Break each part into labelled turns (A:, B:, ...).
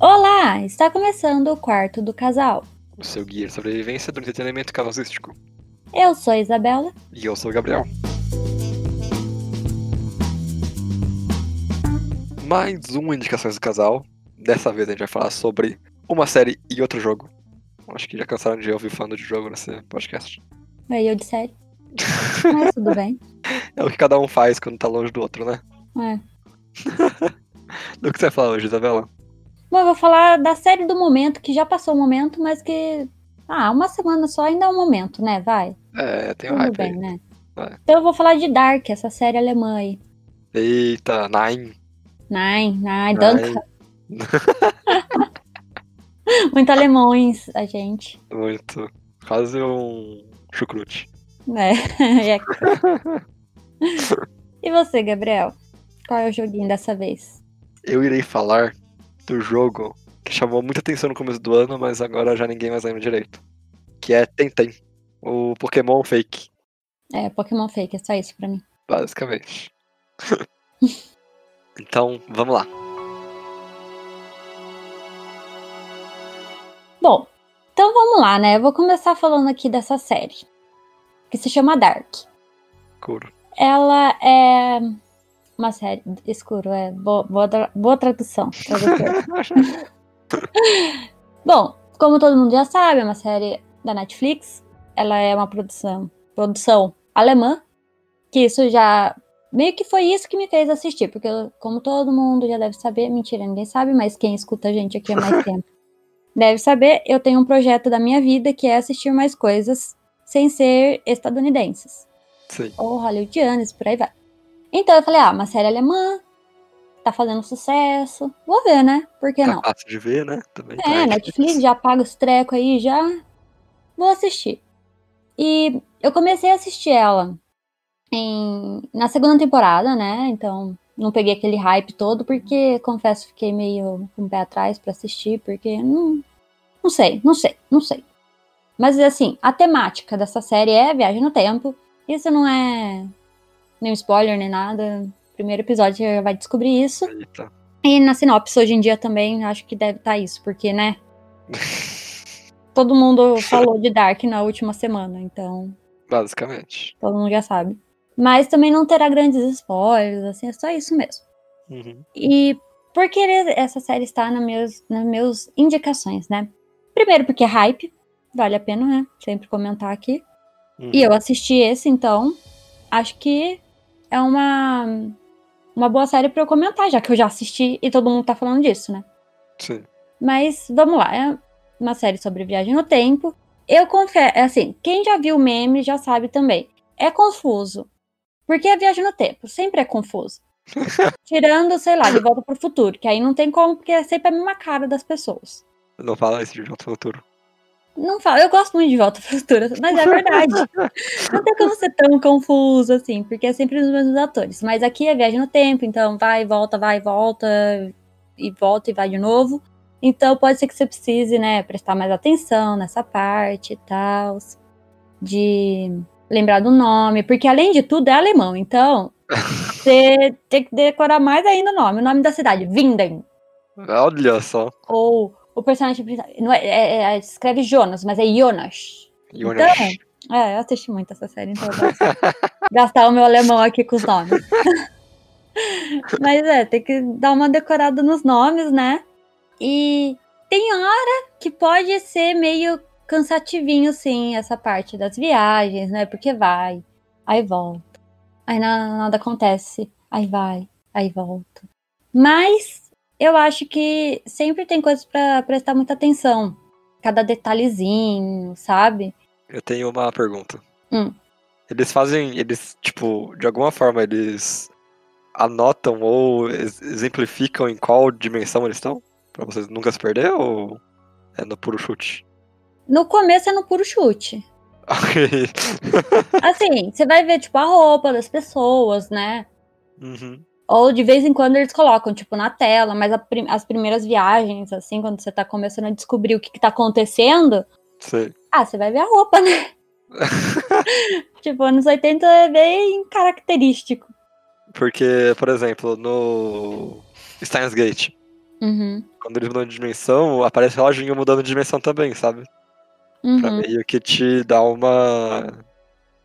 A: Olá, está começando o quarto do casal.
B: O seu guia de sobrevivência do entretenimento casalístico.
A: Eu sou a Isabela.
B: E eu sou o Gabriel. Mais um Indicações do Casal. Dessa vez a gente vai falar sobre uma série e outro jogo. Acho que já cansaram de ouvir falando de jogo nesse podcast.
A: Aí eu de série. Mas tudo bem.
B: É o que cada um faz quando tá longe do outro, né?
A: É.
B: Do que você vai falar hoje, Isabela?
A: Bom, eu vou falar da série do momento, que já passou o momento, mas que. Ah, uma semana só ainda é um momento, né? Vai.
B: É, tem um
A: Tudo
B: hype
A: bem, né?
B: Vai.
A: Então eu vou falar de Dark, essa série alemã aí.
B: aí. Eita, Nine.
A: Nein, nein,
B: Nein.
A: danke. Muito alemães, a gente.
B: Muito. Quase um chucrute.
A: né? É. e você, Gabriel? Qual é o joguinho dessa vez?
B: Eu irei falar do jogo que chamou muita atenção no começo do ano, mas agora já ninguém mais lembra direito. Que é Tenten. O Pokémon fake,
A: É, Pokémon Fake, é só isso pra mim.
B: basicamente. então, vamos lá.
A: Bom, então vamos lá, né? Eu vou começar falando aqui dessa série, que se chama Dark.
B: Curo.
A: Ela é uma série escuro, é boa, boa, tra- boa tradução. tradutor. Bom, como todo mundo já sabe, é uma série da Netflix. Ela é uma produção, produção alemã, que isso já meio que foi isso que me fez assistir, porque eu- como todo mundo já deve saber, mentira, ninguém sabe, mas quem escuta a gente aqui há mais tempo deve saber, eu tenho um projeto da minha vida que é assistir mais coisas sem ser estadunidenses
B: Sim.
A: ou hollywoodianas, por aí vai. Então eu falei, ah, uma série alemã, tá fazendo sucesso, vou ver, né? Por que
B: tá
A: não?
B: fácil de ver, né? Também.
A: É, Netflix já paga os trecos aí, já vou assistir. E eu comecei a assistir ela em- na segunda temporada, né? Então não peguei aquele hype todo, porque confesso, fiquei meio com o pé atrás pra assistir, porque não, não sei, não sei, não sei. Mas assim, a temática dessa série é viagem no tempo. Isso não é nem spoiler nem nada. Primeiro episódio você já vai descobrir isso.
B: Eita.
A: E na sinopse hoje em dia também acho que deve estar isso, porque, né? Todo mundo falou de Dark na última semana, então
B: Basicamente.
A: todo mundo já sabe. Mas também não terá grandes spoilers, assim, é só isso mesmo.
B: Uhum.
A: E por que ele- essa série está nas meus, nas meus indicações, né? Primeiro porque é hype, vale a pena, né? Sempre comentar aqui.
B: uhum.
A: E eu assisti esse, então acho que é uma, uma boa série pra eu comentar, já que eu já assisti e todo mundo tá falando disso, né?
B: Sim.
A: Mas vamos lá, é uma série sobre viagem no tempo. Eu confesso, assim, quem já viu o meme já sabe também. É confuso. Porque é viagem no tempo, sempre é confuso. Tirando, sei lá, de volta pro futuro, que aí não tem como, porque é sempre a mesma cara das pessoas.
B: Não fala isso de Volta ao Futuro.
A: Não falo, eu gosto muito de Volta pro Futuro, mas é verdade. Não tem como ser tão confuso assim, porque é sempre os mesmos atores. Mas aqui é viagem no tempo, então vai, volta, vai, volta, e volta e vai de novo. Então pode ser que você precise, né, prestar mais atenção nessa parte e tal, de lembrar do nome, porque além de tudo é alemão, então você tem que decorar mais ainda o nome. O nome da cidade, Winden,
B: Olha só.
A: ou o personagem principal, não é, é- é- escreve Jonas, mas é Jonas.
B: Jonas.
A: É, eu assisti muito essa série, então eu posso gastar o meu alemão aqui com os nomes. Mas é, tem que dar uma decorada nos nomes, né? E tem hora que pode ser meio cansativinho, sim, essa parte das viagens, né? Porque vai, aí volta, aí na- nada acontece, aí vai, aí volta. Mas eu acho que sempre tem coisas pra prestar muita atenção. Cada detalhezinho, sabe?
B: Eu tenho uma pergunta.
A: Hum.
B: Eles fazem, eles, tipo, de alguma forma eles anotam ou ex- exemplificam em qual dimensão eles estão? Pra vocês nunca se perder ou é no puro chute?
A: No começo é no puro chute.
B: Ok.
A: Assim, você vai ver, tipo, a roupa das pessoas, né?
B: Uhum.
A: Ou de vez em quando eles colocam, tipo, na tela, mas a prim- as primeiras viagens, assim, quando você tá começando a descobrir o que, que tá acontecendo,
B: Sei.
A: ah, você vai ver a roupa, né? tipo, anos 80 é bem característico.
B: Porque, por exemplo, no Steins Gate,
A: Uhum.
B: Quando eles mudam de dimensão, aparece o reloginho mudando de dimensão também, sabe? Pra
A: Uhum.
B: meio que te dar uma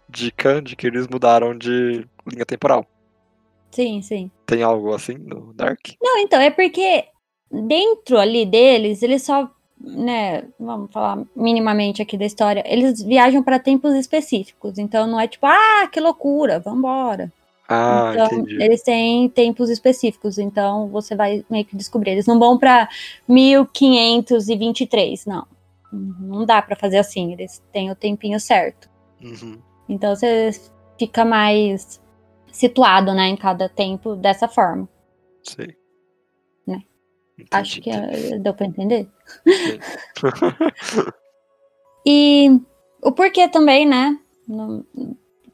B: dica de que eles mudaram de linha temporal.
A: Sim, sim.
B: Tem algo assim no Dark?
A: Não, então, é porque dentro ali deles, eles só, né, vamos falar minimamente aqui da história, eles viajam para tempos específicos. Então não é tipo, ah, que loucura, vambora.
B: Ah,
A: então,
B: entendi.
A: eles têm tempos específicos, então você vai meio que descobrir. Eles não vão pra 1523, não. Não dá pra fazer assim, eles têm o tempinho certo.
B: Uhum.
A: Então você fica mais situado, né, em cada tempo dessa forma.
B: Sei.
A: Né?
B: Entendi,
A: Acho que
B: entendi.
A: eh, deu pra entender.
B: Sim.
A: E o porquê também, né? No,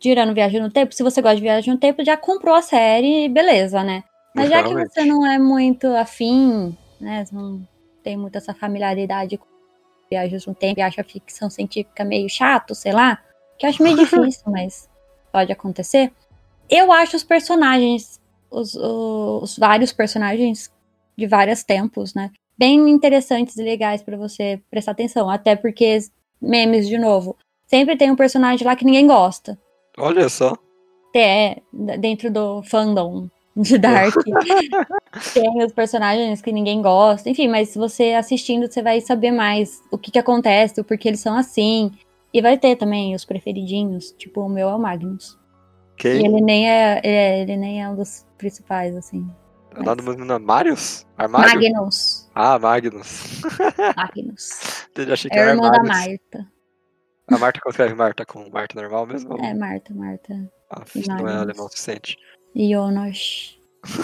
A: girando Viagem no Tempo, se você gosta de Viagem no Tempo, já comprou a série, beleza, né? Mas já que
B: Realmente.
A: você não é muito afim, né? Você não tem muito essa familiaridade com viagens no tempo e acha ficção científica meio chato, sei lá, que eu acho meio difícil, mas pode acontecer. Eu acho os personagens, os, o- os vários personagens de vários tempos, né? Bem interessantes e legais pra você prestar atenção. Até porque, memes de novo, sempre tem um personagem lá que ninguém gosta
B: Olha só.
A: até dentro do fandom de Dark. tem os personagens que ninguém gosta, enfim, mas você assistindo, você vai saber mais o que, que acontece, o porquê eles são assim. E vai ter também os preferidinhos, tipo o meu é o Magnus. E
B: Quem?
A: ele nem é, é, ele nem é um dos principais, assim.
B: É Lá do menino Marius? Armário?
A: Magnus.
B: Ah, Magnus.
A: Magnus.
B: Eu achei que
A: É o
B: era
A: irmão da
B: Armários.
A: Marta.
B: A Marta como escreve Marta com Marta normal mesmo?
A: É, Marta, Marta.
B: Ah, não é
A: Magnus.
B: alemão o suficiente.
A: Jonas.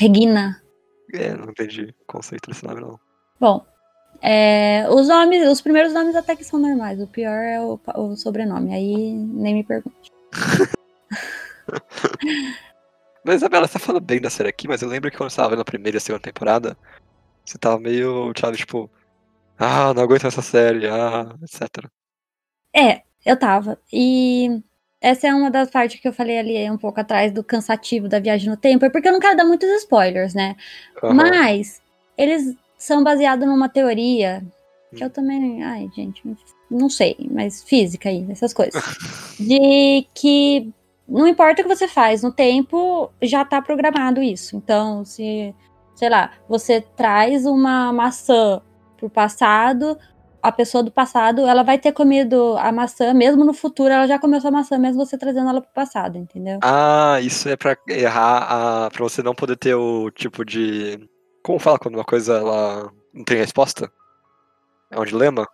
A: E Regina.
B: É, não entendi o conceito desse nome, não.
A: Bom, é, os nomes, os primeiros nomes até que são normais. O pior é o, pa- o sobrenome. Aí nem me pergunto.
B: Mas, Isabela, você tá falando bem da série aqui, mas eu lembro que quando você tava vendo a primeira e a segunda temporada, você tava meio, sabe, tipo, ah, não aguento essa série, ah, etc.
A: É, eu tava. E essa é uma das partes que eu falei ali um pouco atrás do cansativo da viagem no tempo. É porque eu não quero dar muitos spoilers, né?
B: Aham.
A: Mas eles são baseados numa teoria que
B: Hum.
A: eu também, ai, gente, não sei, mas física aí, essas coisas. De que não importa o que você faz no tempo, já tá programado isso. Então, se, sei lá, você traz uma maçã pro passado, a pessoa do passado, ela vai ter comido a maçã, mesmo no futuro, ela já comeu sua maçã, mesmo você trazendo ela pro passado, entendeu?
B: Ah, isso é pra errar, a... pra você não poder ter o tipo de. Como fala quando uma coisa ela não tem resposta? É um dilema?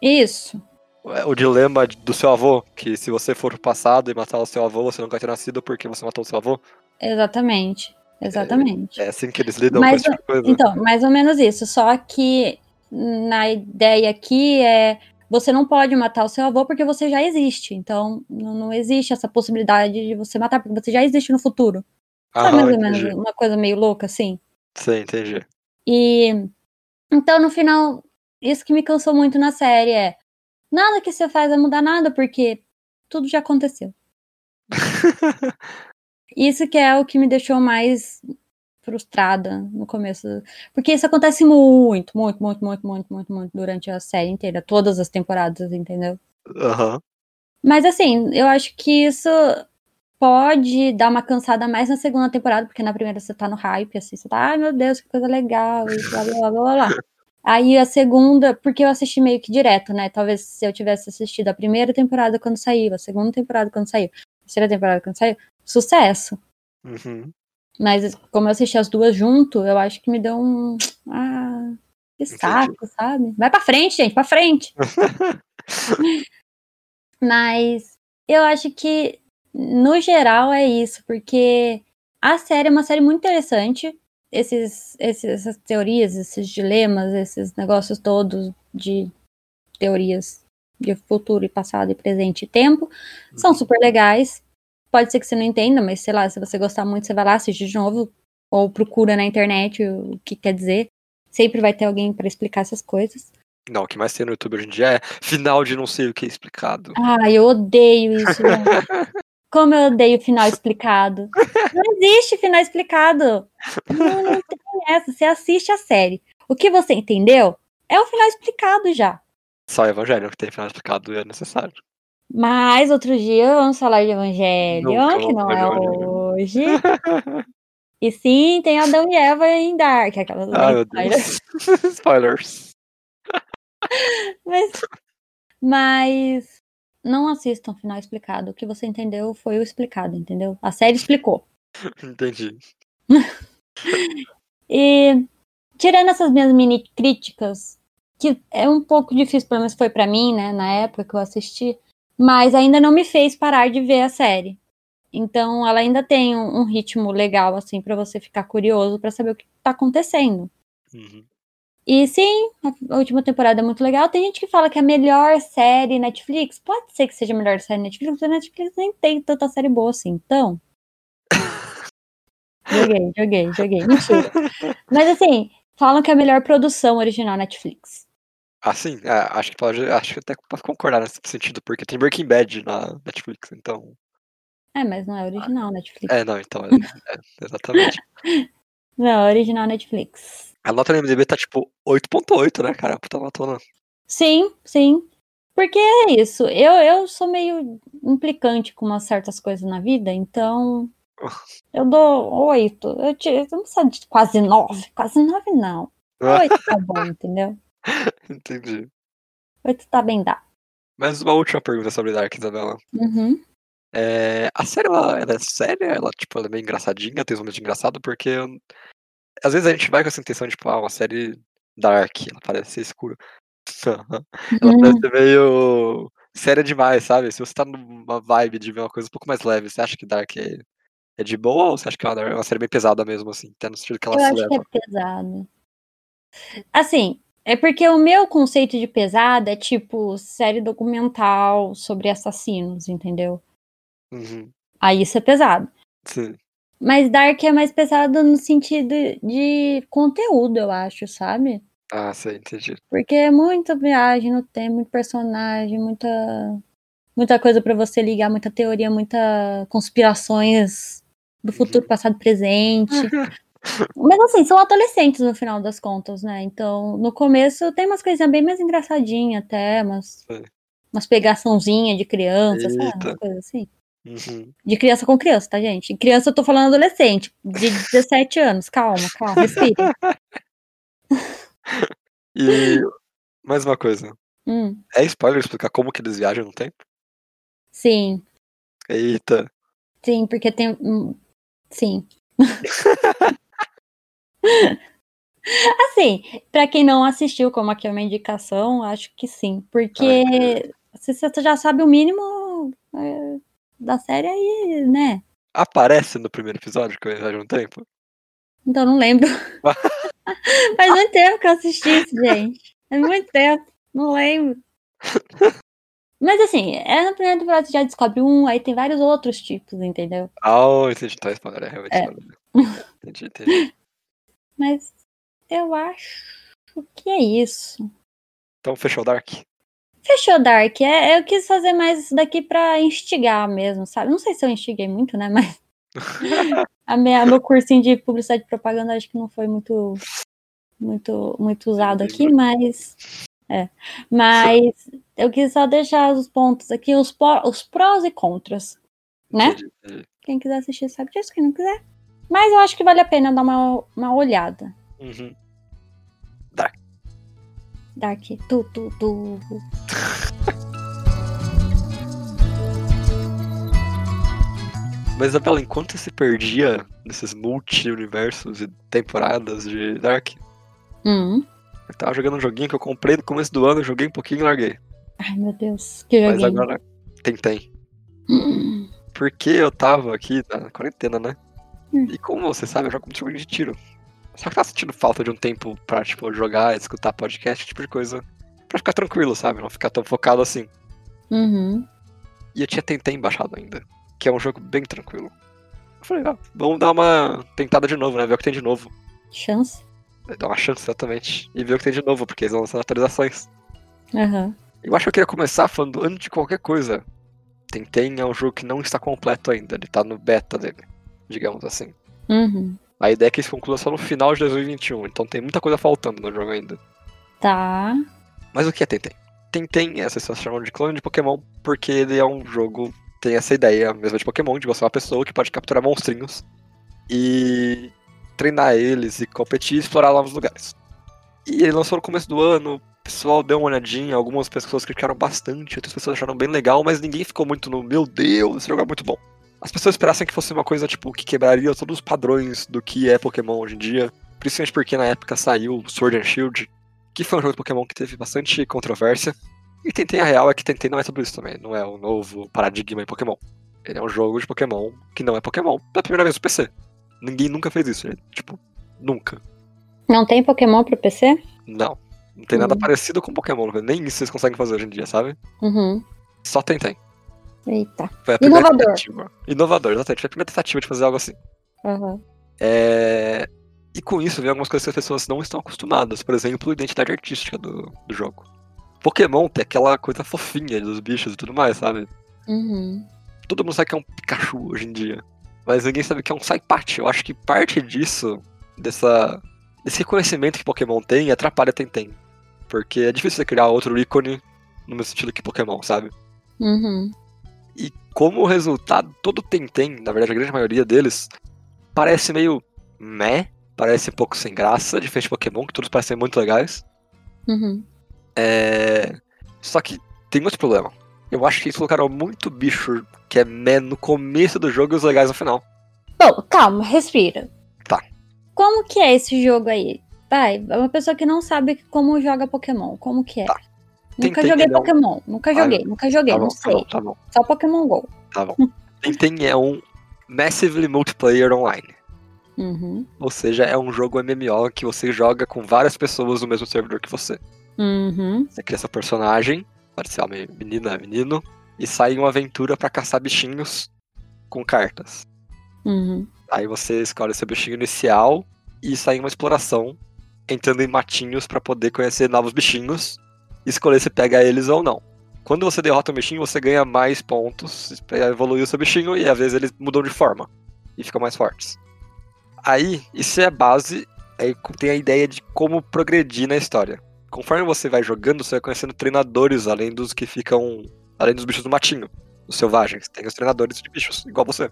A: Isso.
B: É O dilema de- do seu avô, que se você for pro passado e matar o seu avô, você não vai ter nascido porque você matou o seu avô.
A: Exatamente. Exatamente.
B: É assim que eles lidam
A: Mas
B: com esse tipo de coisa.
A: Então, mais ou menos isso. Só que na ideia aqui é você não pode matar o seu avô porque você já existe. Então, não, não existe essa possibilidade de você matar, porque você já existe no futuro. Sabe
B: Aham,
A: tá mais ou
B: entendi.
A: menos uma coisa meio louca, assim?
B: Sim, entendi.
A: E então, no final, isso que me cansou muito na série é nada que você faz vai mudar nada, porque tudo já aconteceu. Isso que é o que me deixou mais frustrada no começo. Porque isso acontece muito, muito, muito, muito, muito, muito, muito durante a série inteira, todas as temporadas, entendeu?
B: Aham.
A: Mas assim, eu acho que isso pode dar uma cansada mais na segunda temporada, porque na primeira você tá no hype, assim, você tá, ai meu Deus, que coisa legal, e blá blá blá blá blá. Aí a segunda, porque eu assisti meio que direto, né? Talvez se eu tivesse assistido a primeira temporada quando saiu, a segunda temporada quando saiu, a terceira temporada quando saiu, sucesso.
B: Uhum.
A: Mas como eu assisti as duas junto, eu acho que me deu um. Ah, que saco, sabe? Vai pra frente, gente, pra frente. Mas eu acho que, no geral, é isso, porque a série é uma série muito interessante. Esses, esses- essas teorias, esses dilemas, esses negócios todos de teorias de futuro e passado e presente e tempo são super legais. Pode ser que você não entenda, mas sei lá, se você gostar muito, você vai lá, assiste de novo, ou procura na internet o que quer dizer. Sempre vai ter alguém pra explicar essas coisas.
B: Não, o que mais tem no YouTube hoje em dia é final de não sei o que explicado.
A: Ah, eu odeio isso. velho. Como eu odeio final explicado. Não existe final explicado. Não, não tem essa. Você assiste a série. O que você entendeu é o final explicado já.
B: Só o Evangelho que tem final explicado e é necessário.
A: Mas outro dia vamos falar de Evangelho,
B: Nunca
A: que não
B: vamos
A: é
B: falar de Evangelion.
A: hoje. E sim, tem Adão e Eva em Dark. Aquelas
B: Ai, meu Deus. Spoilers.
A: Mas, mas não assistam o final explicado. O que você entendeu foi o explicado, entendeu? A série explicou.
B: Entendi.
A: E tirando essas minhas mini críticas, que é um pouco difícil, pelo menos foi pra mim, né, na época que eu assisti, mas ainda não me fez parar de ver a série. Então, ela ainda tem um, um ritmo legal assim pra você ficar curioso pra saber o que tá acontecendo.
B: Uhum.
A: E sim, a última temporada é muito legal. Tem gente que fala que é a melhor série Netflix. Pode ser que seja a melhor série Netflix, mas a Netflix nem tem tanta série boa assim. Então. joguei, joguei, joguei. Mentira. Mas assim, falam que é a melhor produção original Netflix.
B: Assim, é, acho que pode. Acho que até pode concordar nesse sentido, porque tem Breaking Bad na Netflix, então.
A: É, mas não é original Netflix.
B: É, não, então. É, é, exatamente.
A: Não, é original Netflix.
B: A nota no MDB tá tipo 8.8, né, cara? Puta notona.
A: Sim, sim. Porque é isso. Eu, eu sou meio implicante com umas certas coisas na vida, então. Eu dou oito. Eu, te, eu não sei de quase nove. Quase nove, não.
B: Ah.
A: Oito tá bom, entendeu?
B: Entendi.
A: Oito tá bem dá.
B: Mas uma última pergunta sobre Dark, Isabela.
A: Uhum.
B: É, a série, ela, ela é séria, ela, tipo, ela é meio engraçadinha, tem uns momentos engraçados, porque eu- às vezes a gente vai com essa intenção de, tipo, ah, uma série dark, ela parece ser escura. ela
A: Uhum.
B: parece ser meio séria demais, sabe? Se você tá numa vibe de ver uma coisa um pouco mais leve, você acha que Dark é, é de boa ou você acha que é uma, dar- uma série bem pesada mesmo, assim? Até no sentido que ela
A: Eu
B: se
A: acho
B: leva.
A: que é pesado. Assim, é porque o meu conceito de pesada é tipo série documental sobre assassinos, entendeu?
B: Uhum,
A: Aí isso é pesado.
B: sim.
A: Mas Dark é mais pesado no sentido de conteúdo, eu acho, sabe?
B: Ah, sim, entendi.
A: Porque é muita viagem no tempo, muito personagem, muita muita coisa pra você ligar, muita teoria, muita conspirações do futuro, passado, presente. Mas assim, são adolescentes no final das contas, né? Então, no começo tem umas coisinhas bem mais engraçadinhas até, umas,
B: Sim.
A: umas pegaçãozinha de criança, sabe?
B: Eita.
A: Uma coisa assim.
B: Uhum.
A: De criança com criança, tá, gente? De criança eu tô falando adolescente, de 17 anos. Calma, calma, respira.
B: E mais uma coisa.
A: Hum,
B: É spoiler explicar como que eles viajam no tempo?
A: sim,
B: Eita.
A: sim, porque tem. hum, Sim. assim, pra quem não assistiu, como aqui é uma indicação, acho que sim. Porque se você já sabe o mínimo é, da série aí, né?
B: aparece no primeiro episódio que eu viajo um tempo?
A: Então não lembro. Faz muito tempo que eu assisti isso, gente. É muito tempo. Não lembro. Mas assim, é na primeira temporada você já descobre um, aí tem vários outros tipos, entendeu?
B: Ah, oh, entendi. Então é spoiler, é realmente
A: É.
B: spoiler. Entendi, entendi.
A: Mas eu acho que é isso.
B: Então fechou o Dark?
A: Fechou, Dark. É, eu quis fazer mais isso daqui pra instigar mesmo, sabe? Não sei se eu instiguei muito, né? Mas. A minha, meu cursinho de publicidade e propaganda acho que não foi muito. Muito, muito usado aqui, mas. É. Mas eu quis só deixar os pontos aqui, os, po- os prós e contras. Né?
B: Entendi, entendi.
A: Quem quiser assistir sabe disso, quem não quiser. Mas eu acho que vale a pena dar uma, uma olhada.
B: Uhum.
A: Dark. Tu, tu, tu.
B: Mas, Isabela, enquanto você se perdia nesses multi-universos e temporadas de Dark,
A: Hum.
B: eu tava jogando um joguinho que eu comprei no começo do ano, joguei um pouquinho e larguei.
A: Ai, meu Deus. Que
B: Mas
A: joguinho.
B: agora tem, tem.
A: Hum.
B: Porque eu tava aqui na quarentena, né? E como você sabe, eu jogo muito jogo de tiro. Só que tava sentindo falta de um tempo pra, tipo, jogar, escutar podcast, esse tipo de coisa. Pra ficar tranquilo, sabe? Não ficar tão focado assim.
A: Uhum.
B: E eu tinha Tentem baixado ainda, que é um jogo bem tranquilo. Eu falei, ah, vamos dar uma tentada de novo, né? Ver o que tem de novo.
A: Chance.
B: Dar uma chance, exatamente. E ver o que tem de novo, porque eles vão lançando atualizações.
A: Aham.
B: Eu acho que eu queria começar falando, antes de qualquer coisa, Tentem é um jogo que não está completo ainda, ele tá no beta dele, digamos assim.
A: Uhum.
B: A ideia é que isso conclua só no final de 2021, então tem muita coisa faltando no jogo ainda.
A: Tá.
B: Mas o que é Tentem? Tentem é, vocês só chamam de clone de Pokémon, porque ele é um jogo, tem essa ideia mesmo de Pokémon, de você é uma pessoa que pode capturar monstrinhos e treinar eles e competir e explorar novos lugares. E ele lançou no começo do ano, o pessoal deu uma olhadinha, algumas pessoas criticaram bastante, outras pessoas acharam bem legal, mas ninguém ficou muito no, meu Deus, esse jogo é muito bom. As pessoas esperassem que fosse uma coisa, tipo, que quebraria todos os padrões do que é Pokémon hoje em dia, principalmente porque na época saiu Sword and Shield, que foi um jogo de Pokémon que teve bastante controvérsia. E Tentei, a real é que Tentei não é tudo isso também, não é o novo paradigma em Pokémon. Ele é um jogo de Pokémon que não é Pokémon, pela primeira vez no PC. Ninguém nunca fez isso, né? tipo, nunca.
A: Não tem Pokémon pro PC?
B: Não. Não tem nada
A: Hum.
B: parecido com Pokémon, nem isso vocês conseguem fazer hoje em dia, sabe?
A: Uhum.
B: Só Tentei.
A: Eita.
B: Foi a primeira
A: Inovador.
B: tentativa. Inovador, exatamente. Foi a primeira tentativa de fazer algo assim.
A: Uhum.
B: É, E com isso vem algumas coisas que as pessoas não estão acostumadas. Por exemplo, a identidade artística do, do jogo. Pokémon tem aquela coisa fofinha dos bichos e tudo mais, sabe?
A: Uhum.
B: Todo mundo sabe que é um Pikachu hoje em dia. Mas ninguém sabe que é um Saipat. Eu acho que parte disso, dessa, desse reconhecimento que Pokémon tem, atrapalha Tenten. Porque é difícil você criar outro ícone no mesmo sentido que Pokémon, sabe?
A: Uhum.
B: E como resultado, todo Tentem, na verdade a grande maioria deles, parece meio meh, parece um pouco sem graça, diferente de Pokémon, que todos parecem muito legais.
A: Uhum.
B: É... Só que tem outro problema. Eu acho que eles colocaram muito bicho que é meh no começo do jogo e os legais no final.
A: Bom, calma, respira.
B: Tá.
A: Como que é esse jogo aí? Vai, é uma pessoa que não sabe como joga Pokémon. Como que é?
B: Tá.
A: Nunca
B: Tentei
A: joguei
B: pegar um-
A: Pokémon. Nunca joguei, nunca joguei,
B: tá
A: não
B: bom, tá
A: sei.
B: bom, tá bom,
A: Só Pokémon GO.
B: tá bom. Tentem é um Massively Multiplayer Online.
A: Uhum.
B: Ou seja, é um jogo MMO que você joga com várias pessoas no mesmo servidor que você.
A: Uhum.
B: Você cria é seu personagem, pode ser homem, menina, menino, e sai em uma aventura pra caçar bichinhos com cartas.
A: Uhum.
B: Aí você escolhe seu bichinho inicial e sai em uma exploração, entrando em matinhos pra poder conhecer novos bichinhos e escolher se pega eles ou não. Quando você derrota um bichinho, você ganha mais pontos pra evoluir o seu bichinho e às vezes eles mudam de forma e ficam mais fortes. Aí, isso é a base, aí tem a ideia de como progredir na história. Conforme você vai jogando, você vai conhecendo treinadores além dos que ficam. além dos bichos do matinho, os selvagens. Tem os treinadores de bichos, igual você.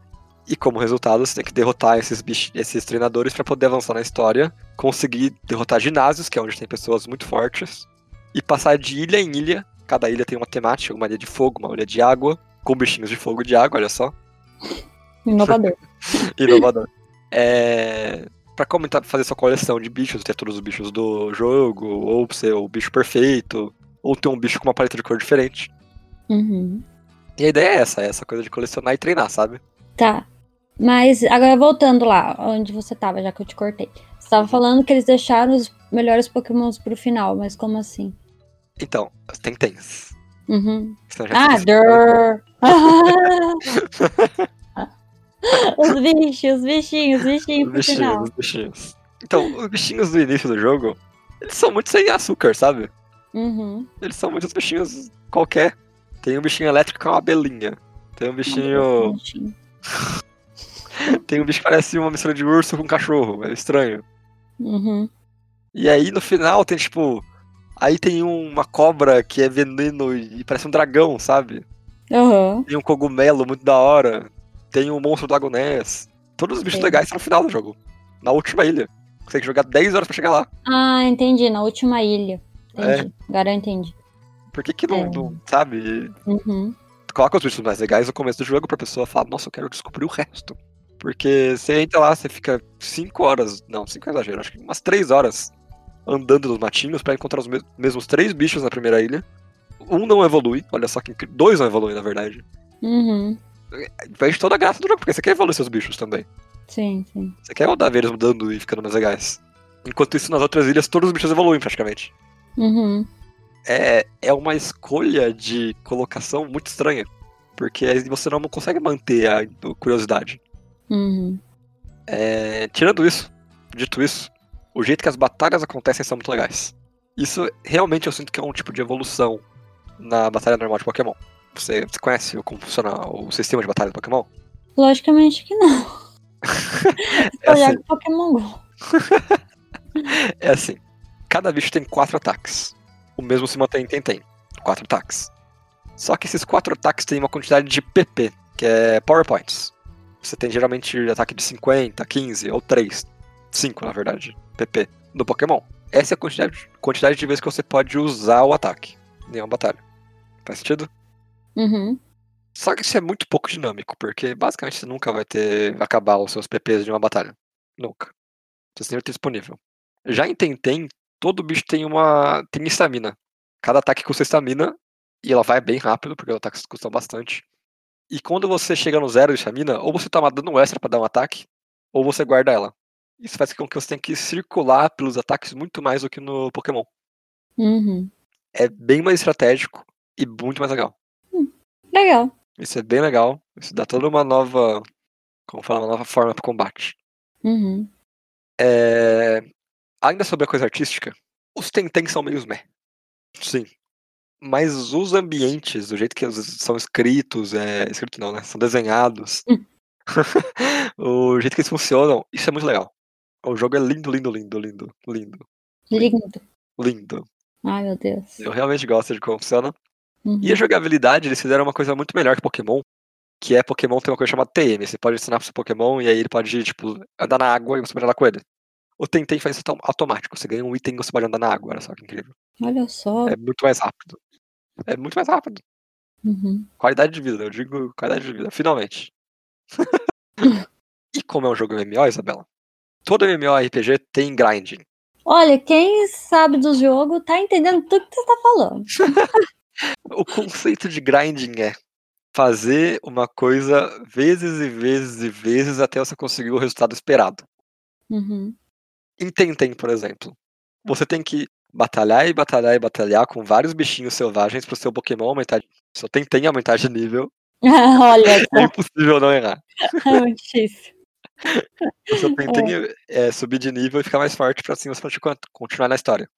B: E como resultado, você tem que derrotar esses, bich- esses treinadores pra poder avançar na história, conseguir derrotar ginásios, que é onde tem pessoas muito fortes, e passar de ilha em ilha. Cada ilha tem uma temática, uma ilha de fogo, uma ilha de água, com bichinhos de fogo e de água, olha só.
A: Inovador.
B: Inovador. É... Pra comentar, fazer sua coleção de bichos, ter todos os bichos do jogo, ou ser o bicho perfeito, ou ter um bicho com uma paleta de cor diferente.
A: Uhum.
B: E a ideia é essa, é essa coisa de colecionar e treinar, sabe?
A: Tá. Mas agora voltando lá, onde você tava, já que eu te cortei. Você tava falando que eles deixaram os melhores Pokémons pro final, mas como assim?
B: Então, tem tens.
A: Uhum.
B: Senão já assim.
A: Ah,
B: tinha sido-
A: der. os bichos, os bichinhos, os bichinhos
B: Os
A: pro final.
B: bichinhos, os bichinhos. Então, os bichinhos do início do jogo, eles são muito sem açúcar, sabe?
A: Uhum.
B: Eles são muitos bichinhos qualquer. Tem um bichinho elétrico que é uma abelhinha. Tem um bichinho.
A: Bichinho.
B: Tem um bicho que parece uma mistura de urso com cachorro. É estranho.
A: Uhum.
B: E aí no final tem tipo. Aí tem uma cobra que é veneno e parece um dragão, sabe?
A: Uhum.
B: Tem um cogumelo muito da hora. Tem um monstro do Lago Ness. Todos os bichos
A: Sim.
B: legais são no final do jogo. Na última ilha. Você tem que jogar 10 horas pra chegar lá.
A: Ah, entendi. Na última ilha. Entendi.
B: É.
A: Agora eu entendi.
B: Por que, que não-
A: É.
B: não sabe?
A: Uhum.
B: coloca os bichos mais legais no começo do jogo pra pessoa falar, nossa, eu quero descobrir o resto. Porque você entra lá, você fica 5 horas, não, 5 é exagero, acho que umas 3 horas andando nos matinhos pra encontrar os mes- mesmos três bichos na primeira ilha. Um não evolui, olha só que incri- dois não evoluem, na verdade.
A: Uhum.
B: Perde toda a graça do jogo, porque você quer evoluir seus bichos também.
A: Sim, sim.
B: Você quer andar ver eles mudando e ficando mais legais. Enquanto isso, nas outras ilhas, todos os bichos evoluem praticamente.
A: Uhum.
B: é, é uma escolha de colocação muito estranha. Porque aí você não consegue manter a curiosidade.
A: Uhum.
B: É, tirando isso, dito isso, o jeito que as batalhas acontecem são muito legais. Isso realmente eu sinto que é um tipo de evolução na batalha normal de Pokémon. Você, você conhece o- como funciona o sistema de batalha do Pokémon?
A: Logicamente que não.
B: É
A: Eu
B: assim,
A: jogo Pokémon GO.
B: é assim. Cada bicho tem quatro ataques. O mesmo se mantém tem tem. Quatro ataques. Só que esses quatro ataques têm uma quantidade de PP, que é Power Points. Você tem geralmente ataque de 50, 15 ou 3. 5, na verdade. PP. No Pokémon. Essa é a quantidade, quantidade de vezes que você pode usar o ataque em uma batalha. Faz sentido?
A: Uhum.
B: Só que isso é muito pouco dinâmico, porque basicamente você nunca vai ter acabar os seus PPs de uma batalha. Nunca. Você sempre vai ter disponível. Já em Tenten, todo bicho tem uma. tem estamina. Cada ataque custa estamina, e ela vai bem rápido, porque os ataques custam bastante. E quando você chega no zero de estamina, ou você toma dano extra pra dar um ataque, ou você guarda ela. Isso faz com que você tenha que circular pelos ataques muito mais do que no Pokémon.
A: Uhum.
B: É bem mais estratégico e muito mais legal.
A: Legal.
B: Isso é bem legal. Isso dá toda uma nova. Como falar, uma nova forma pro combate.
A: Uhum.
B: É, Ainda sobre a coisa artística, os tentens são meio meh. Sim. Mas os ambientes, do jeito que eles são escritos, é. Escrito não, né? São desenhados.
A: Hum.
B: o jeito que eles funcionam, isso é muito legal. O jogo é lindo, lindo, lindo, lindo, lindo,
A: Lindo.
B: lindo.
A: Ai, meu Deus.
B: Eu realmente gosto de como funciona.
A: Uhum.
B: E a jogabilidade, eles fizeram uma coisa muito melhor que Pokémon, que é Pokémon tem uma coisa chamada TM. Você pode ensinar pro seu Pokémon e aí ele pode, tipo, andar na água e você pode andar com ele. O Tenten faz isso autom- automático. Você ganha um item e você pode andar na água. Olha só que incrível.
A: Olha só.
B: É muito mais rápido. É muito mais rápido.
A: Uhum.
B: Qualidade de vida, eu digo qualidade de vida, finalmente. e como é um jogo MMO, Isabela? Todo MMORPG tem grinding.
A: Olha, quem sabe do jogo tá entendendo tudo que você tá falando.
B: O conceito de grinding é fazer uma coisa vezes e vezes e vezes até você conseguir o resultado esperado.
A: Uhum.
B: Em Tenten, por exemplo, você tem que batalhar e batalhar e batalhar com vários bichinhos selvagens pro seu Pokémon aumentar de... seu Tenten aumentar de nível.
A: Olha,
B: É impossível não errar.
A: tá muito difícil.
B: O seu Tenten é, subir de nível e ficar mais forte pra assim você pode con- continuar na história.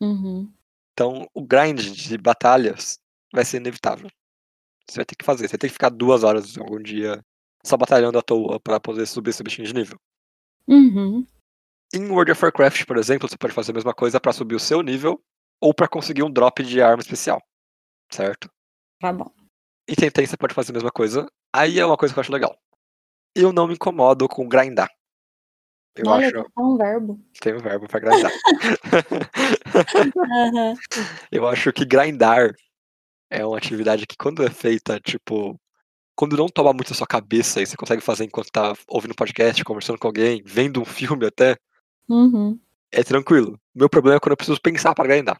A: Uhum.
B: Então, o grind de batalhas vai ser inevitável. Você vai ter que fazer. Você vai ter que ficar duas horas algum dia só batalhando à toa pra poder subir seu bichinho de nível.
A: Uhum.
B: Em World of Warcraft, por exemplo, você pode fazer a mesma coisa pra subir o seu nível ou pra conseguir um drop de arma especial. Certo?
A: Tá bom.
B: E Tentem você pode fazer a mesma coisa. Aí é uma coisa que eu acho legal. Eu não me incomodo com grindar. Eu
A: Olha,
B: acho.
A: é um verbo.
B: Tem um verbo pra grindar.
A: Aham.
B: eu acho que grindar é uma atividade que quando é feita, tipo. Quando não toma muito a sua cabeça e você consegue fazer enquanto tá ouvindo podcast, conversando com alguém, vendo um filme até,
A: Uhum.
B: é tranquilo. Meu problema é quando eu preciso pensar pra grindar.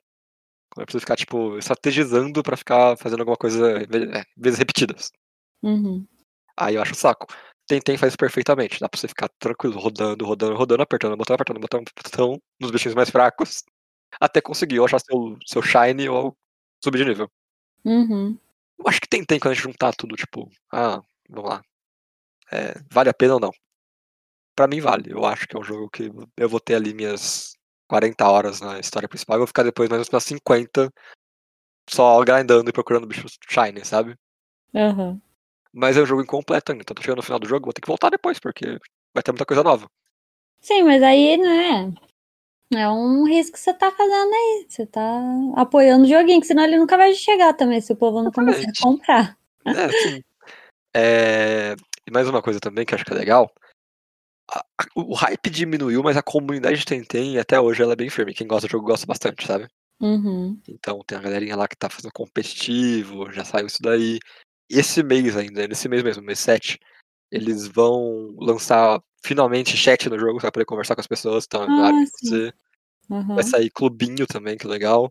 B: Quando eu preciso ficar, tipo, estrategizando pra ficar fazendo alguma coisa eh, vezes repetidas.
A: Uhum.
B: Aí eu acho um saco. Tentem faz isso perfeitamente. Dá pra você ficar tranquilo, rodando, rodando, rodando, apertando o botão, apertando o botão, apertando o botão, nos bichinhos mais fracos, até conseguir ou achar seu, seu shine ou subir de nível.
A: Uhum.
B: Eu acho que Tentem, quando a gente juntar tudo, tipo, ah, vamos lá. É, vale a pena ou não? Pra mim vale. Eu acho que é um jogo que eu vou ter ali minhas 40 horas na história principal e vou ficar depois mais ou menos nas 50 só grindando e procurando bichos shiny, sabe?
A: Aham.
B: Mas é um jogo incompleto ainda. Então, tô chegando no final do jogo, vou ter que voltar depois, porque vai ter muita coisa nova.
A: Sim, mas aí, né? É um risco que você tá fazendo aí. Você tá apoiando o joguinho, que senão ele nunca vai chegar também, se o povo não começar
B: Exatamente.
A: a comprar.
B: É, sim. É, E mais uma coisa também que eu acho que é legal. a- a- O hype diminuiu, mas a comunidade de Tentem até hoje ela é bem firme. Quem gosta do jogo gosta bastante, sabe?
A: Uhum.
B: Então tem a galerinha lá que tá fazendo competitivo, já saiu isso daí. E esse mês ainda, nesse mês mesmo, mês 7, eles vão lançar finalmente chat no jogo, você vai poder conversar com as pessoas, então
A: Ah,
B: claro,
A: sim.
B: você.
A: Aham.
B: Vai sair clubinho também, que legal.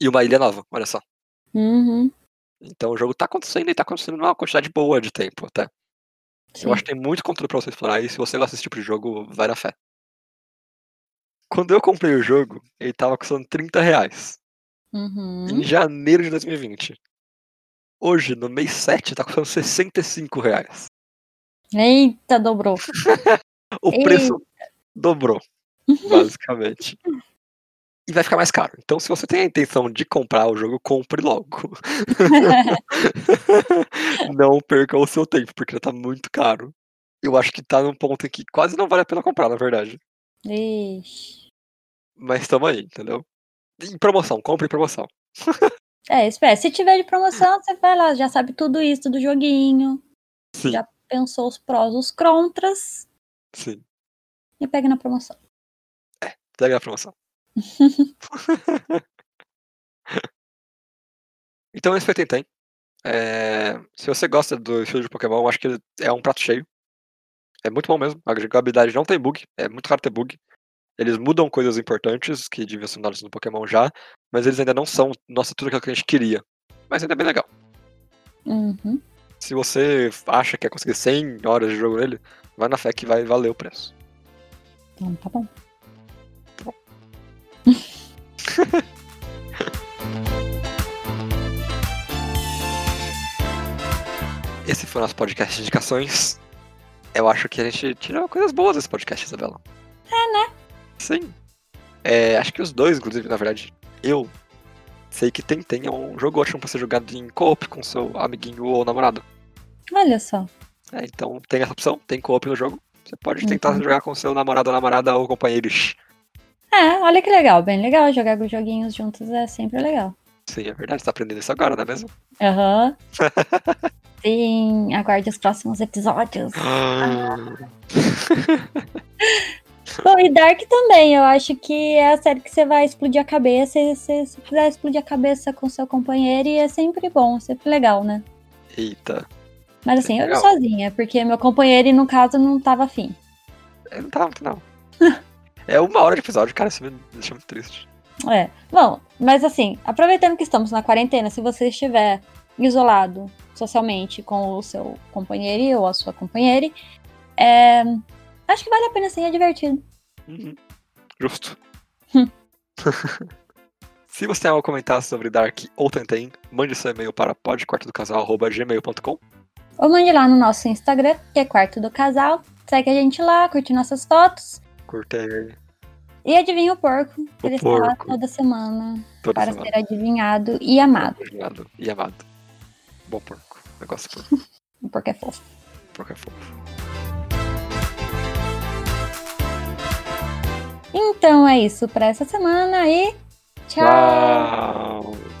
B: E uma ilha nova, olha só.
A: Uhum.
B: Então o jogo tá acontecendo e tá acontecendo numa quantidade boa de tempo tá? até.
A: Sim.
B: Eu acho que tem muito conteúdo pra você explorar e se você gosta desse tipo de jogo, vai na fé. Quando eu comprei o jogo, ele tava custando 30 reais.
A: Uhum.
B: Em janeiro de 2020. Hoje, no mês 7, tá custando 65 reais.
A: Eita, dobrou.
B: O preço dobrou, basicamente. e vai ficar mais caro. Então, se você tem a intenção de comprar o jogo, compre logo. não perca o seu tempo, porque já tá muito caro. Eu acho que tá num ponto em que quase não vale a pena comprar, na verdade.
A: Ixi.
B: Mas tamo aí, entendeu? Em promoção, compre em promoção.
A: É, espera. Se tiver de promoção, você vai lá, já sabe tudo isso do joguinho,
B: Sim,
A: Já- pensou os prós, os contras
B: sim.
A: e pega na promoção.
B: Pega a promoção. então esse foi Tentem. É, se você gosta do estilo de Pokémon, eu acho que ele é um prato cheio. É muito bom mesmo. A jogabilidade não tem bug. É muito raro ter bug. Eles mudam coisas importantes que deviam ser mudadas no Pokémon já, mas eles ainda não são, nossa, tudo aquilo que a gente queria. Mas ainda é bem legal.
A: Uhum.
B: Se você acha que quer conseguir 100 horas de jogo nele, vai na fé que vai valer o preço.
A: Então tá bom.
B: Esse foi o nosso podcast de indicações. Eu acho que a gente tirou coisas boas desse podcast, Isabela. É, né? Sim. É, acho que os dois, inclusive, na verdade, eu sei que Tentem é um jogo ótimo pra ser jogado em co-op com seu amiguinho ou namorado.
A: Olha só.
B: É, então tem essa opção, tem co-op no jogo. Você pode tentar
A: Uhum.
B: jogar com seu namorado, namorada ou companheiros.
A: É, olha que legal, bem legal. Jogar com os joguinhos juntos é sempre legal.
B: Sim, é verdade, você tá aprendendo isso agora, não é mesmo?
A: Aham. Sim, aguarde os próximos episódios. Bom, e Dark também, eu acho que é a série que você vai explodir a cabeça. E se se quiser explodir a cabeça com seu companheiro, e é sempre bom, sempre legal, né?
B: Eita,
A: Mas assim, eu
B: Legal.
A: vi sozinha, porque meu companheiro, no caso, não tava afim.
B: eu não tava muito não. é uma hora de episódio, cara, isso me deixa muito triste.
A: É. Bom, mas assim, aproveitando que estamos na quarentena, se você estiver isolado socialmente com o seu companheiro ou a sua companheira, é, acho que vale a pena sim, é divertido.
B: Uhum. Justo.
A: Hum.
B: Se você tem algo a comentar sobre Dark ou Tentem, mande seu e-mail para podquartodocasal.gmail.com.
A: Ou mande lá no nosso Instagram, que é Quarto do Casal. Segue a gente lá, curte nossas fotos.
B: Curte
A: E adivinha o porco, que
B: O
A: ele está lá
B: porco.
A: toda semana
B: toda
A: para
B: semana.
A: ser adivinhado e amado.
B: Obrigado e amado. Bom porco. Negócio de porco.
A: O porco é fofo.
B: porco é fofo.
A: Então é isso para essa semana e tchau.
B: Tchau.